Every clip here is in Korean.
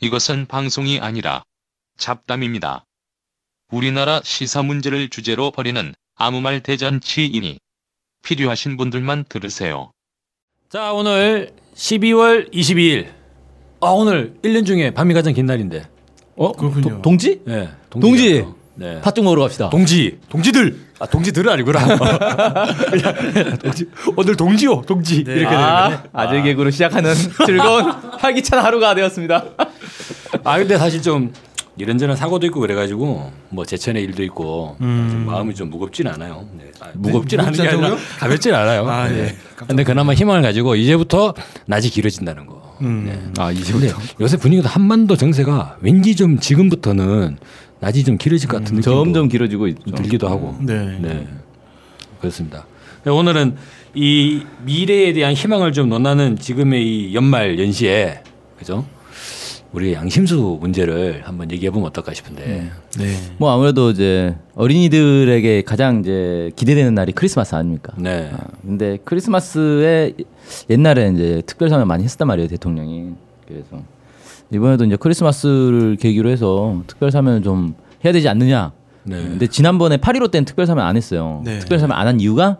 이것은 방송이 아니라 잡담입니다. 우리나라 시사 문제를 주제로 벌이는 아무 말 대잔치이니 필요하신 분들만 들으세요. 자, 오늘 12월 22일. 아, 오늘 1년 중에 밤이 가장 긴 날인데. 어? 그렇군요. 동- 네, 동지? 예. 동지. 동지가- 네. 팥죽 먹으러 갑시다. 동지. 동지들. 아, 동지들 아니구나. 오늘 동지요, 동지. 이렇게 아, 아재 개그로 시작하는 즐거운 활기찬 하루가 되었습니다. 아, 근데 사실 좀 이런저런 사고도 있고 그래가지고 뭐 제천의 일도 있고 좀 마음이 좀 무겁진 않아요. 네. 아, 무겁진 네? 않은 게 무겁지 아니라 않다고요? 가볍진 않아요. 아, 네. 예. 근데 그나마 희망을 가지고 이제부터 낮이 길어진다는 거. 음. 네. 아, 근데 이제부터. 요새 분위기도 한반도 정세가 왠지 좀 지금부터는 낮이 좀 길어질 것 같은 느낌도 음, 점점 길어지고 있죠. 들기도 하고. 네. 네. 그렇습니다. 네, 오늘은 이 미래에 대한 희망을 좀 논하는 지금의 이 연말 연시에 그죠? 우리 양심수 문제를 한번 얘기해 보면 어떨까 싶은데. 네. 뭐 아무래도 이제 어린이들에게 가장 이제 기대되는 날이 크리스마스 아닙니까? 네. 아, 근데 크리스마스에 옛날에 이제 특별 사면 많이 했었단 말이에요 대통령이 그래서 이번에도 이제 크리스마스를 계기로 해서 특별 사면을 좀 해야 되지 않느냐 네. 근데 지난번에 8.15 때는 특별 사면 안 했어요 네. 특별 사면 안 한 이유가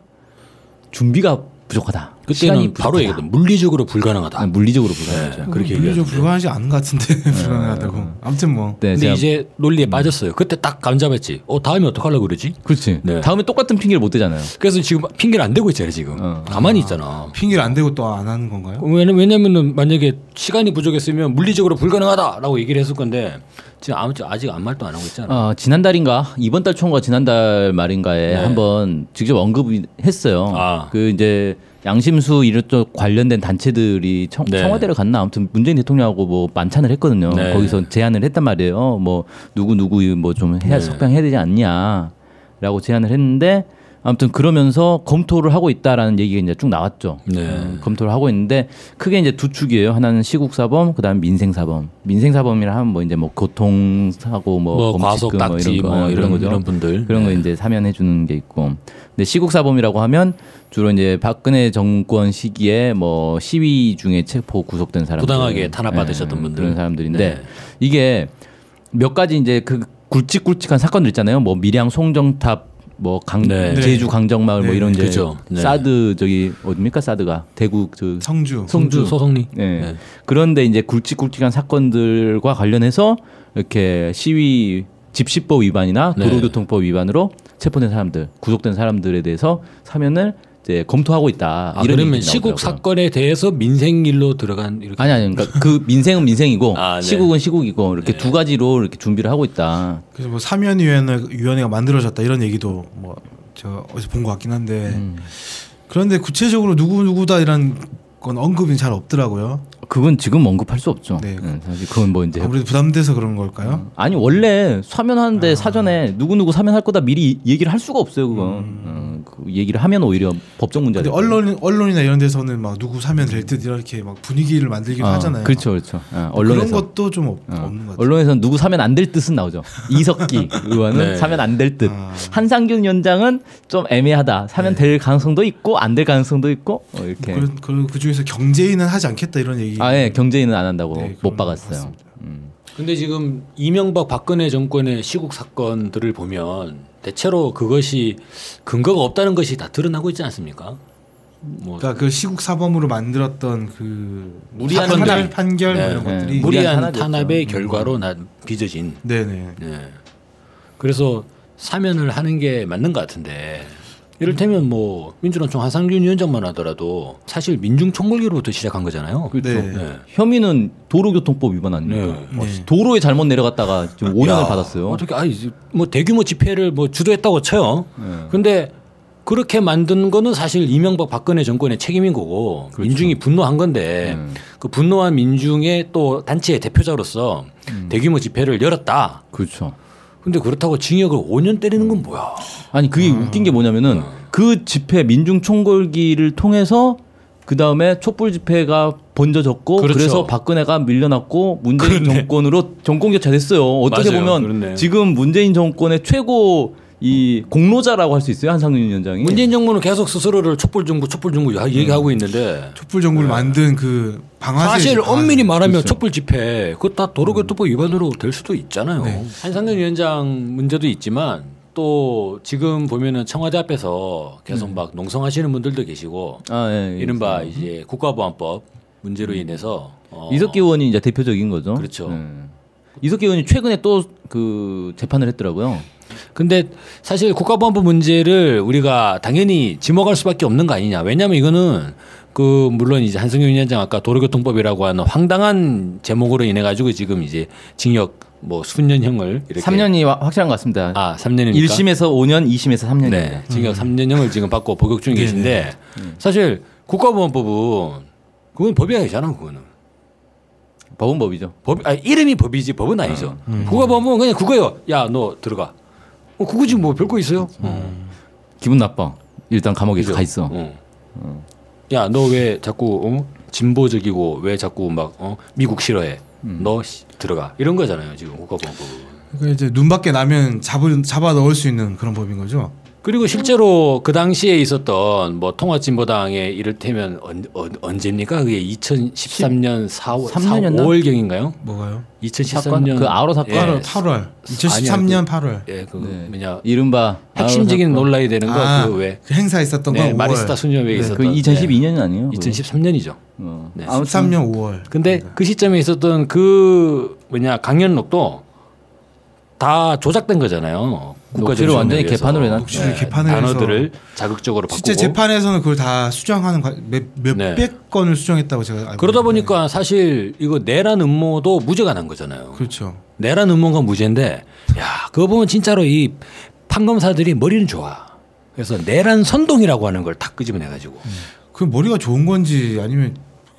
준비가 부족하다 시간이 그때는 부족하다. 바로 얘기했던 물리적으로 아, 불가능하다. 네, 물리적으로 부족하죠 그렇게 분이 얘기해요. 좀 불가하지 않은 것 같은데 불가하다고. 아무튼 뭐. 네, 근데 제가- 음. 이제 논리에 빠졌어요. 그때 딱 감잡했지. 어, 다음에 어떡하려고 그러지? 그렇지 네. 다음에 똑같은 핑계를 못 대잖아요 그래서 지금 핑계를 안 대고 있잖아요, 지금. 어. 가만히 있잖아. 핑계를 안 대고 또 안 하는 건가요? 왜냐면 왜냐면은 만약에 시간이 부족했으면 물리적으로 불가능하다라고 얘기를 했을 건데 지금 아무 아직 아무 말도 안 하고 있잖아. 아, 지난달인가 이번 달 초인가 지난달 말인가에 한번 직접 언급했어요. 네. 아. 그 이제 양심수 이런 쪽 관련된 단체들이 청, 네. 청와대를 갔나 아무튼 문재인 대통령하고 뭐 만찬을 했거든요. 네. 거기서 제안을 했단 말이에요. 뭐 누구 누구 뭐 좀 네. 해야 석방해야 되지 않냐라고 제안을 했는데 아무튼 그러면서 검토를 하고 있다라는 얘기가 이제 쭉 나왔죠. 네. 음, 검토를 하고 있는데 크게 이제 두 축이에요. 하나는 시국 사범, 그다음 민생 사범. 민생 사범이라 하면 뭐 이제 뭐 교통 사고 뭐, 뭐 범칙금 과속 딱지 뭐 거, 이런, 어, 이런 거죠. 분들 네. 그런 거 이제 사면해 주는 게 있고. 근데 시국 사범이라고 하면 주로 이제 박근혜 정권 시기에 뭐 시위 중에 체포 구속된 사람들 예, 부당하게 탄압받으셨던 분들. 그런 사람들인데 네. 이게 몇 가지 이제 그 굵직굵직한 사건들 있잖아요. 뭐 밀양 송정탑 뭐 강, 네. 제주 강정마을 뭐 네. 이런 이제 그죠. 네. 사드 저기 어딥니까 사드가 대구 저 성주. 성주 소송리 예. 네. 그런데 이제 굵직굵직한 사건들과 관련해서 이렇게 시위 집시법 위반이나 네. 도로교통법 위반으로 체포된 사람들, 구속된 사람들에 대해서 사면을 이제 검토하고 있다. 아, 이런 그러면 얘기들이 시국 나오더라고요. 사건에 대해서 민생일로 들어간 이렇게 아니 아니 그러니까 그 민생은 민생이고 아, 네. 시국은 시국이고 이렇게 두 가지로 이렇게 준비를 하고 있다. 그래서 뭐 사면 위원회 위원회가 만들어졌다 이런 얘기도 뭐 제가 어디서 본 것 같긴 한데. 음. 그런데 구체적으로 누구 누구다 이런 건 언급이 잘 없더라고요. 그건 지금 언급할 수 없죠. 네. 예, 사실 그건 뭐 이제 아무래도 부담돼서 그런 걸까요? 아니 원래 아. 사면하는데 사전에 누구 누구 사면할 거다 미리 얘기를 할 수가 없어요 그건 어, 그 얘기를 하면 오히려 법적 문제가 음. 되고. 근데 언론 언론이나 이런 데서는 막 누구 사면 될 듯 이렇게 막 분위기를 만들기도 아, 하잖아요. 그렇죠, 그렇죠. 아, 그런 언론에서 예. 어. 것도 좀 없, 없는 것 같아요. 언론에서 누구 사면 안 될 뜻은 나오죠. 이석기 의원은 네. 사면 안 될 듯. 아. 네. 한상균 위원장은 좀 애매하다. 사면 될 가능성도 있고 안 될 가능성도 있고 어, 이렇게. 그, 그, 그 중에서 경제인은 하지 않겠다 이런 얘기. 아 예, 경제인은 안 한다고 네, 그런 못 것 박았어요. 음, 같습니다. 근데 지금 이명박 박근혜 정권의 시국 사건들을 보면 대체로 그것이 근거가 없다는 것이 다 드러나고 있지 않습니까? 뭐 그러니까 그 시국 사범으로 만들었던 그 무리한 사건 판결. 판결 뭐 네, 이런 네. 것들이 무리- 무리한 무리한 탄압이었죠. 음. 탄압의 결과로 난 빚어진 네네 네. 그래서 사면을 하는 게 맞는 것 같은데 이를테면 뭐 민주노총 한상균 위원장만 하더라도 사실 민중 총궐기로부터 시작한 거잖아요. 그렇죠. 네. 네. 혐의는 도로교통법 위반 아닙니까? 네. 어, 도로에 잘못 내려갔다가 지금 5년을 야, 받았어요. 어떻게 아니 이제 뭐 대규모 집회를 뭐 주도했다고 쳐요. 네. 예. 근데 그렇게 만든 거는 사실 이명박 박근혜 정권의 책임인 거고 그렇죠. 민중이 분노한 건데 음. 그 분노한 민중의 또 단체의 대표자로서 음. 대규모 집회를 열었다. 그렇죠. 근데 그렇다고 징역을 5년 때리는 건 뭐야? 아니 그게 웃긴 게 뭐냐면은 그 집회 민중 총궐기를 통해서 그 다음에 촛불 집회가 번져졌고 그 그렇죠. 래서 박근혜가 밀려났고 문재인 정권으로 정권 교체됐어요. 어떻게 맞아요. 보면 그렇네. 지금 문재인 정권의 최고 이 공로자라고 할 수 있어요 한상윤 위원장이. 문재인 정부는 계속 스스로를 촛불 정부, 촛불 정부 야- 음. 얘기하고 있는데 촛불 정부를 만든 그 네, 방아쇠 네. 사실 방아쇠. 엄밀히 말하면 그렇죠. 촛불 집회 그거 다 음. 도로교통법 위반으로 될 수도 있잖아요. 네. 한상균 위원장 문제도 있지만 또 지금 보면은 청와대 앞에서 네. 계속 막 농성하시는 분들도 계시고 아, 예, 예. 이른바 이제 국가보안법 문제로 인해서 어, 음. 이석기 의원이 이제 대표적인 거죠. 예. 그렇죠. 이석기 의원이 최근에 또 그 재판을 했더라고요. 근데 사실 국가보안법 문제를 우리가 당연히 지목할 수밖에 없는 거 아니냐. 왜냐하면 이거는 그 물론 이제 한승윤 위원장 아까 도로교통법이라고 하는 황당한 제목으로 인해 가지고 지금 이제 징역 뭐 수년형을 이렇게 3년이 확실한 것 같습니다. 아 3년입니까? 1심에서 5년, 2심에서 3년입니다. 네 음. 징역 3년형을 지금 받고 복역 네, 중에 계신데 사실 국가보안법은 그건 법이 아니잖아 그거는. 법은 법이죠. 법, 아, 이름이 법이지 법은 아니죠. 음, 국가보안법은 그냥 그거예요. 야 너 들어가. 어, 그거지 뭐 별거 있어요. 어. 음. 기분 나빠. 일단 감옥에 그죠? 가 있어. 어. 야, 너 왜 자꾸 어? 진보적이고 왜 자꾸 막 어? 미국 싫어해? 음. 너 씨, 들어가 이런 거잖아요 지금 국가보안법. 그러니까 이제 눈밖에 나면 잡을 잡아 넣을 수 있는 그런 법인 거죠. 그리고 실제로 그 당시에 있었던 뭐 통합진보당의 이를테면 언, 언, 언제입니까? 그게 2013년 4월 3년이었나? 5월 경인가요? 뭐가요? 2013년 그 아로 사건? 예, 8월 8월 2013년 8월. 예, 그 네. 뭐냐 이른바 핵심적인 아우사- 논란이 되는 거 아, 그왜 그 행사 있었던 네, 건 5월. 마리스타 수녀회에 있었던 네, 그 2012년은 아니에요. 2013년이죠. 어. 네. 아무튼 13년 5월. 근데 그 시점에 있었던 그 뭐냐 강연록도 다 조작된 거잖아요. 녹취를 완전히 위해서. 네, 개판으로 해놨- 녹취를 네, 개판을 단어들을 자극적으로 바꾸고 실제 재판에서는 그걸 다 수정하는 과- 몇- 네. 몇백 건을 수정했다고 제가 알고 그러다 있는데. 보니까 사실 이거 내란 음모도 무죄가 난 거잖아요. 그렇죠. 내란 음모가 무죄인데 야 그거 보면 진짜로 이 판검사들이 머리는 좋아. 그래서 내란 선동이라고 하는 걸 다 끄집어내 가지고 그 머리가 좋은 건지 아니면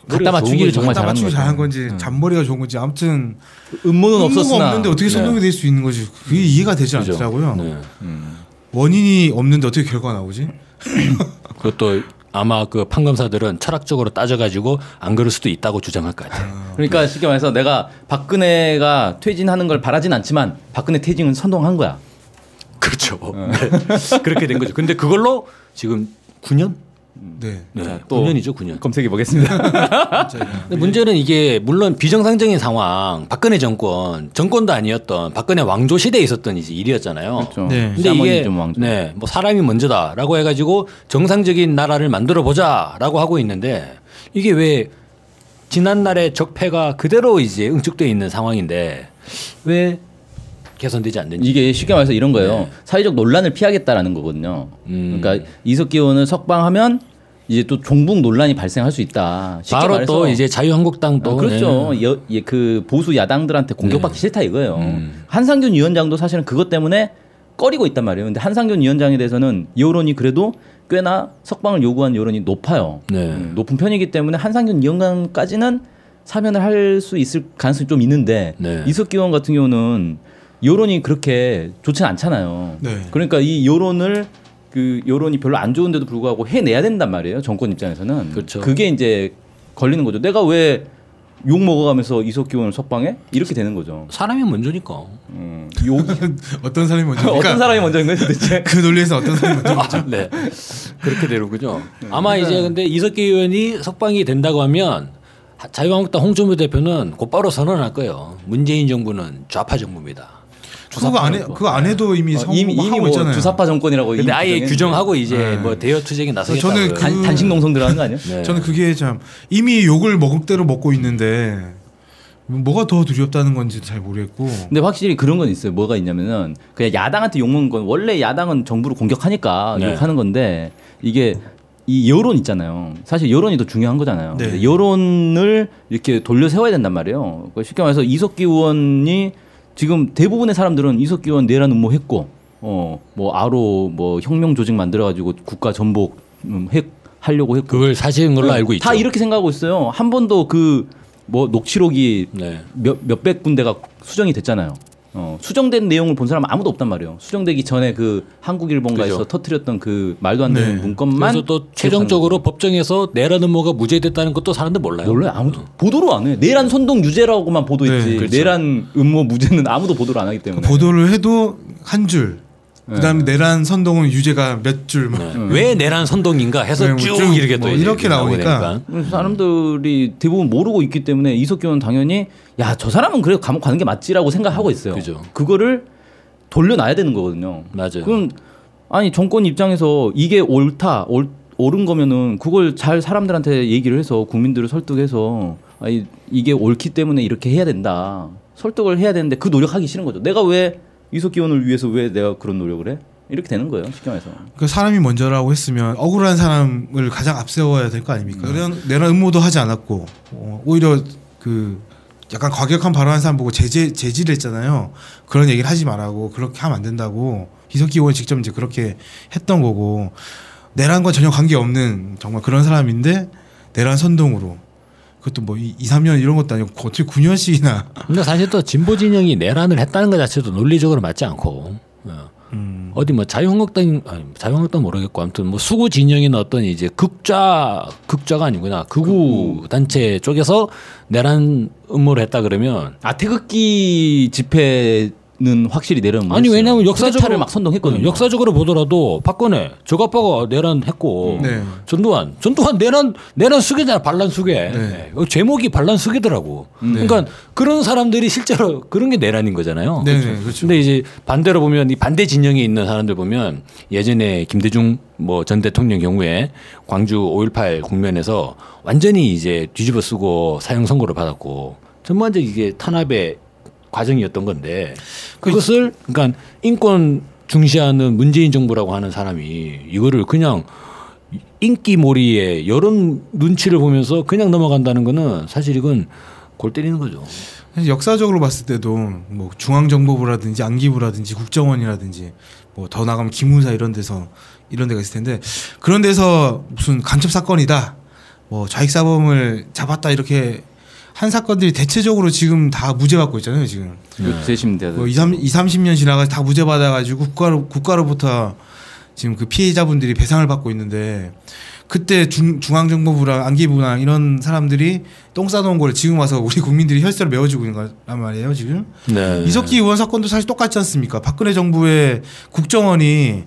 갖다 맞추기를 정말 갖다 잘하는 맞추고 거죠. 음. 잘한 건지 잔머리가 좋은 건지 아무튼 음모는 음모가 없었으나 네. 음. 없는데 어떻게 선동이 될 수 있는 거지 그게 이해가 되지 그죠? 않더라고요. 네. 원인이 없는데 어떻게 결과가 나오지? 음. 그것도 아마 그 판검사들은 철학적으로 따져가지고 안 그럴 수도 있다고 주장할 것 같아요. 그러니까 쉽게 말해서 내가 박근혜가 퇴진하는 걸 바라진 않지만 박근혜 퇴진은 선동한 거야. 그렇죠. 네. 그렇게 된 거죠. 근데 그걸로 지금 9년? 네. 네, 또 9년이죠, 9년. 검색해 보겠습니다. 근데 문제는 이게 물론 비정상적인 상황, 박근혜 정권, 정권도 아니었던 박근혜 왕조 시대에 있었던 이제 일이었잖아요. 네. 근데 이게 그렇죠. 좀 왕조. 네, 뭐 사람이 먼저다라고 해가지고 정상적인 나라를 만들어 보자라고 하고 있는데 이게 왜 지난날의 적폐가 그대로 이제 응축돼 있는 상황인데 왜 개선되지 않는지 이게 쉽게 말해서 이런 거예요. 사회적 논란을 피하겠다라는 거거든요. 음. 그러니까 이석기 의원을 석방하면 이제 또 종북 논란이 발생할 수 있다. 쉽게 바로 말해서 또 이제 자유한국당도 네. 아, 그렇죠. 여, 예, 그 보수 야당들한테 공격받기 싫다 이거예요. 음. 한상균 위원장도 사실은 그것 때문에 꺼리고 있단 말이에요. 근데 한상균 위원장에 대해서는 여론이 그래도 꽤나 석방을 요구한 여론이 높아요. 네. 음, 높은 편이기 때문에 한상균 위원장까지는 사면을 할 수 있을 가능성이 좀 있는데 네. 이석기 의원 같은 경우는 여론이 그렇게 좋진 않잖아요. 네. 그러니까 이 여론을 그 여론이 별로 안 좋은데도 불구하고 해내야 된단 말이에요. 정권 입장에서는. 그렇죠. 그게 이제 걸리는 거죠. 내가 왜 욕 먹어가면서 이석기 의원을 석방해? 이렇게 되는 거죠. 사람이 먼저니까. 음, 욕 어떤 사람이 먼저? 그러니까 어떤 사람이 먼저인 거예요, 도대체? 그 논리에서 어떤 사람이 먼저? 네. 그렇게 되는군요. 아마 이제 근데 이석기 의원이 석방이 된다고 하면 하- 자유한국당 홍준표 대표는 곧바로 선언할 거예요. 문재인 정부는 좌파 정부입니다. 뭐 그거 안 해, 그거 안 해도 이미 어, 성 이미 하고 이미 뭐 있잖아요. 주사파 정권이라고. 근데 이미 아예 규정했는데. 네. 규정하고 이제 뭐 대여 투쟁에 나서겠다고. 저는 그- 단, 단식 농성 들어가는 거 아니에요? 네. 저는 그게 참 이미 욕을 먹을 대로 먹고 있는데 뭐가 더 두렵다는 건지 잘 모르겠고. 근데 확실히 그런 건 있어요. 뭐가 있냐면은 그냥 야당한테 욕먹는 건 원래 야당은 정부를 공격하니까 네. 욕하는 건데 이게 이 여론 있잖아요. 사실 여론이 더 중요한 거잖아요. 네. 근데 여론을 이렇게 돌려 세워야 된단 말이에요. 그러니까 쉽게 말해서 이석기 의원이 지금 대부분의 사람들은 이석기 의원 내란 음모했고 어뭐 아로 뭐 혁명 조직 만들어 가지고 국가 전복 음, 핵 하려고 했고 그걸 사실인 걸로 알고 있죠. 네. 다 이렇게 생각하고 있어요. 한 번도 그 뭐 녹취록이 네. 몇, 몇백 군데가 수정이 됐잖아요. 어, 수정된 내용을 본 사람은 아무도 없단 말이에요. 수정되기 전에 그 한국일본가에서 그죠. 터트렸던 그 말도 안 되는 네. 문건만 그래서 또 최종적으로 법정에서 내란 음모가 무죄됐다는 것도 사람들 몰라요. 몰라요. 아무도 보도를 안 해. 내란 선동 유죄라고만 그렇죠. 보도했지. 네, 내란 음모 무죄는 아무도 보도를 안 하기 때문에. 보도를 해도 한 줄, 네. 그다음에 내란 선동은 유죄가 몇 줄. 뭐 막 네. 왜 내란 선동인가 해서 네, 뭐 쭉 쭉 이렇게 또 뭐 이제 이렇게 나오게 나오니까. 되니까. 사람들이 대부분 모르고 있기 때문에 이석균은 당연히 야 저 사람은 그래 감옥 가는 게 맞지라고 생각하고 있어요. 그죠. 거를 돌려놔야 되는 거거든요. 맞아요. 그럼 아니 정권 입장에서 이게 옳다 옳, 옳은 거면은 그걸 잘 사람들한테 얘기를 해서 국민들을 설득해서 아니 이게 옳기 때문에 이렇게 해야 된다 설득을 해야 되는데 그 노력하기 싫은 거죠. 내가 왜 이석기원을 위해서 왜 내가 그런 노력을 해? 이렇게 되는 거예요 쉽게 말해서. 그 사람이 먼저라고 했으면 억울한 사람을 가장 앞세워야 될 거 아닙니까? 내란, 내란 음모도 하지 않았고 어, 오히려 그 약간 과격한 발언한 사람 보고 제재 제지를 했잖아요. 그런 얘기를 하지 말라고 그렇게 하면 안 된다고 이석기 의원 직접 이제 그렇게 했던 거고 내란과 전혀 관계 없는 정말 그런 사람인데 내란 선동으로 그것도 뭐 2, 3년 이런 것도 아니고 어떻게 9년씩이나 근데 사실 또 진보 진영이 내란을 했다는 것 자체도 논리적으로 맞지 않고 어. 어디 뭐 자유한국당 아니 자유한국당 모르겠고 아무튼 뭐 수구 진영이나 어떤 이제 극좌 극좌가 아니구나 극우 단체 쪽에서 내란 음모를 했다 그러면 아 태극기 집회는 확실히 내려면 음, 아니 왜냐면 를 역사적으로 음, 막 선동했거든요. 역사적으로 보더라도 박근혜 저가빠가 내란 했고 네. 전두환 전두환 내란 내란 수계잖아 반란 수계 네. 어, 제목이 반란 수계더라고. 음. 네. 그러니까 그런 사람들이 실제로 그런 게 내란인 거잖아요. 네, 네, 그렇죠. 어, 근데 이제 반대로 보면 이 반대 진영에 있는 사람들 보면 예전에 김대중 뭐 전 대통령 경우에 광주 5.18 국면에서 완전히 이제 뒤집어 쓰고 사형 선고를 받았고 전반적 이게 탄압의 과정이었던 건데 그렇죠. 그것을 그러니까 인권 중시하는 문재인 정부라고 하는 사람이 이거를 그냥 인기몰이에 여론 눈치를 보면서 그냥 넘어간다는 거는 사실 이건 골 때리는 거죠. 사실 역사적으로 봤을 때도 뭐 중앙정보부라든지 안기부라든지 국정원이라든지 뭐 더 나가면 기무사 이런 데서 이런 데가 있을 텐데 그런 데서 무슨 간첩 사건이다 뭐 좌익 사범을 잡았다 이렇게 한 사건들이 대체적으로 지금 다 무죄 받고 있잖아요 지금 그 재심돼야 뭐 2, 3, 2, 30년 지나가 다 무죄 받아가지고 국가로 국가로부터 지금 그 피해자분들이 배상을 받고 있는데 그때 중, 중앙정보부랑 안기부랑 이런 사람들이 똥 싸놓은 걸 지금 와서 우리 국민들이 혈세를 메워주고 있는 거란 말이에요 지금 네. 이석기 의원 사건도 사실 똑같지 않습니까? 박근혜 정부의 국정원이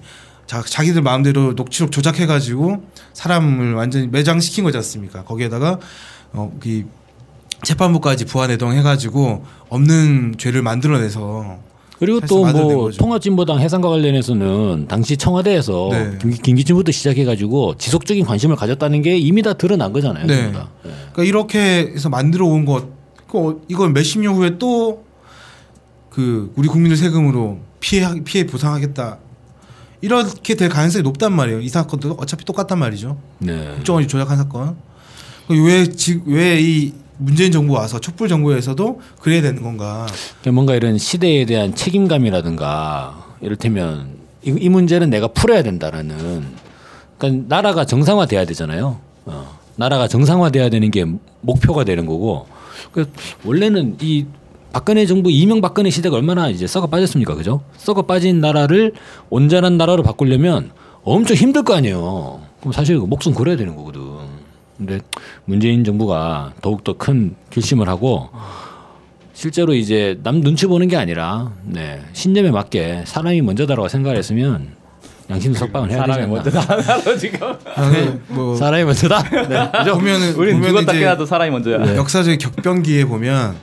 자, 자기들 마음대로 녹취록 조작해가지고 사람을 완전히 매장시킨 거지 않습니까? 거기에다가 어, 이 재판부까지 부안해동 해가지고 없는 죄를 만들어내서 그리고 사실 또 만들어낸 뭐 거죠. 통합진보당 해산과 관련해서는 당시 청와대에서 네. 김- 김기춘부터 시작해가지고 지속적인 관심을 가졌다는 게 이미 다 드러난 거잖아요. 네. 전부 다. 네. 그러니까 이렇게 해서 만들어 온 것, 그 어- 이건 몇십 년 후에 또 그 우리 국민들 세금으로 피해 피해 보상하겠다 이렇게 될 가능성이 높단 말이에요. 이 사건도 어차피 똑같단 말이죠. 네. 국정원이 조작한 사건. 그 왜왜이 문재인 정부 와서 촛불 정부에서도 그래야 되는 건가? 그러니까 뭔가 이런 시대에 대한 책임감이라든가 이를테면 이, 이 문제는 내가 풀어야 된다라는 그러니까 나라가 정상화돼야 되잖아요. 어. 나라가 정상화돼야 되는 게 목표가 되는 거고 그 원래는 이 박근혜 정부 이명박근혜 시대가 얼마나 이제 썩어 빠졌습니까, 그죠? 썩어 빠진 나라를 온전한 나라로 바꾸려면 엄청 힘들 거 아니에요. 그럼 사실 그 목숨 걸어야 되는 거거든. 근데 문재인 정부가 더욱더 큰 결심을 하고 실제로 이제 남 눈치 보는 게 아니라 네, 신념에 맞게 사람이 먼저다라고 생각을 했으면 양심 석방을 해야 되지 사람이 않나. 먼저 나가서 지금 네. 뭐 사람이 먼저다. 네. 보면은 우리는 보면은 누가 이제 네. 닦여놔도 사람이 먼저야. 역사적인 격변기에 보면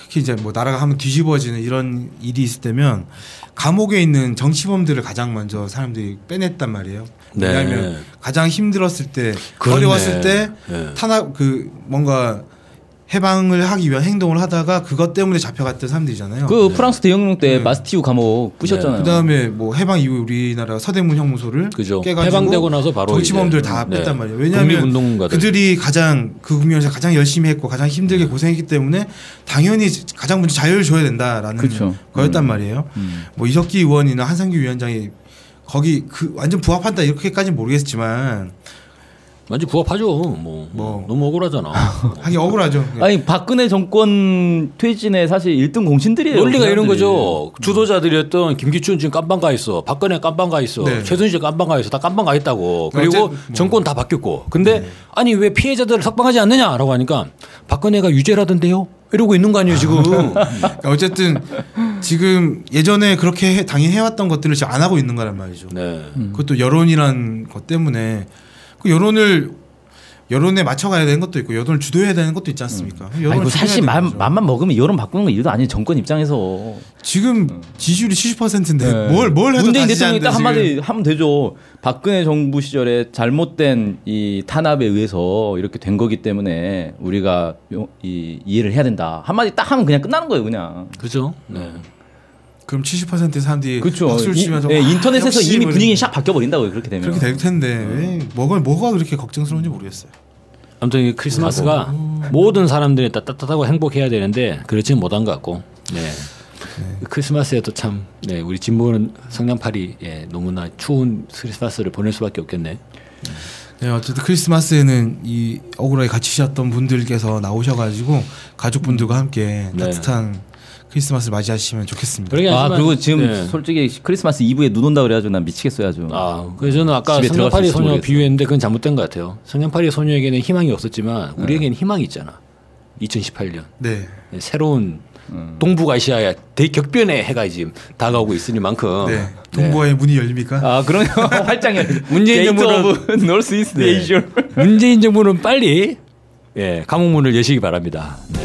특히 이제 뭐 나라가 한번 뒤집어지는 이런 일이 있을 때면 감옥에 있는 정치범들을 가장 먼저 사람들이 빼냈단 말이에요. 네. 왜냐하면 가장 힘들었을 때, 그렇네. 어려웠을 때 네. 탄압 그 뭔가 해방을 하기 위한 행동을 하다가 그것 때문에 잡혀갔던 사람들이잖아요. 그 프랑스 대혁명 때 마스티우 감옥 부셨잖아요. 그다음에 뭐 해방 이후 우리나라 서대문 형무소를 그죠. 깨가지고 해방되고 나서 바로 정치범들 이제, 다 네. 뺐단 말이에요. 왜냐하면 독립운동가들. 그들이 가장 그 국면에서 가장 열심히 했고 가장 힘들게 네. 고생했기 때문에 당연히 가장 먼저 자유를 줘야 된다라는 그렇죠. 그쵸. 거였단 음. 말이에요. 뭐 이석기 의원이나 한상규 위원장이 거기 그 완전 부합한다 이렇게까지는 모르겠지만 완전 부합하죠. 뭐, 뭐. 너무 억울하잖아. 하긴 억울하죠. 아니 박근혜 정권 퇴진의 사실 1등 공신들이에요. 네, 논리가 그 이런 사람들이. 거죠. 주도자들이었던 김기춘 지금 깜빵 가 있어. 박근혜 깜빵 가 있어. 네. 최순실 깜빵 가 있어. 다 깜빵 가 있다고. 그리고 어쨌든 뭐. 네. 정권 다 바뀌었고. 근데 아니 왜 피해자들을 석방하지 않느냐라고 하니까 박근혜가 유죄라던데요. 이러고 있는 거 아니에요 지금. 그러니까 어쨌든 지금 예전에 그렇게 해- 당연히 해왔던 것들을 지금 안 하고 있는 거란 말이죠. 네. 음. 그것도 여론이란 것 때문에 그 여론을 여론에 맞춰가야 되는 것도 있고 여론을 주도해야 되는 것도 있지 않습니까? 여론을 아니, 그 주도해야 사실 되는 맘, 거죠. 맘만 먹으면 여론 바꾸는 거 일도 아니에요. 정권 입장에서. 지금 지지율이 70%인데 음. 네. 그 뭘 뭘 해도 문재인 다지지 대통령이 않는데 딱 한마디 하면 되죠. 박근혜 정부 시절에 잘못된 이 탄압에 의해서 이렇게 된 거기 때문에 우리가 요- 이, 이해를 해야 된다. 한마디 딱 하면 그냥 끝나는 거예요, 그냥. 그죠? 네. 지금. 그럼 70%의 사람들이 그렇죠. 박수를 이- 치면서 예, 와, 인터넷에서 역시 이미 뭐 분위기 네. 음. 이러면서. 샥 바뀌어 버린다고요, 그렇게 되면. 그렇게 될 텐데 왜 뭐가 뭐가 그렇게 걱정스러운지 모르겠어요. 아무튼 이 크리스마스가 모든 사람들이 다 따뜻하고 행복해야 되는데 그렇지는 못한 것 같고. 네. 크리스마스에도 참 네, 우리 진보는 성냥팔이 예, 너무나 추운 크리스마스를 보낼 수밖에 없겠네. 네, 어쨌든 크리스마스에는 이 억울하게 갇히셨던 분들께서 나오셔가지고 가족분들과 함께 네. 따뜻한 크리스마스를 맞이하시면 좋겠습니다. 그러긴 아, 하지만- 그리고 지금 네. 솔직히 크리스마스 이브에 눈 온다 그래 가지고 난 미치겠어요, 아주. 아, 그래서 저는 아까 집에 들어갈 수 성냥팔이 있을지 소녀 모르겠어. 비유했는데 그건 잘못된 것 같아요. 성냥팔이 소녀에게는 희망이 없었지만 우리에게는 희망이 있잖아. 2018년 네. 새로운 동북아시아의 대격변의 해가 지금 다가오고 있으니만큼 네. 동부와의 문이 열립니까? 아, 그럼요. 활짝 열려. 문재인 정부는- 노스 이스트 네. 에이셔. 문재인 정부는 빨리 예 감옥문을 여시기 바랍니다. 네.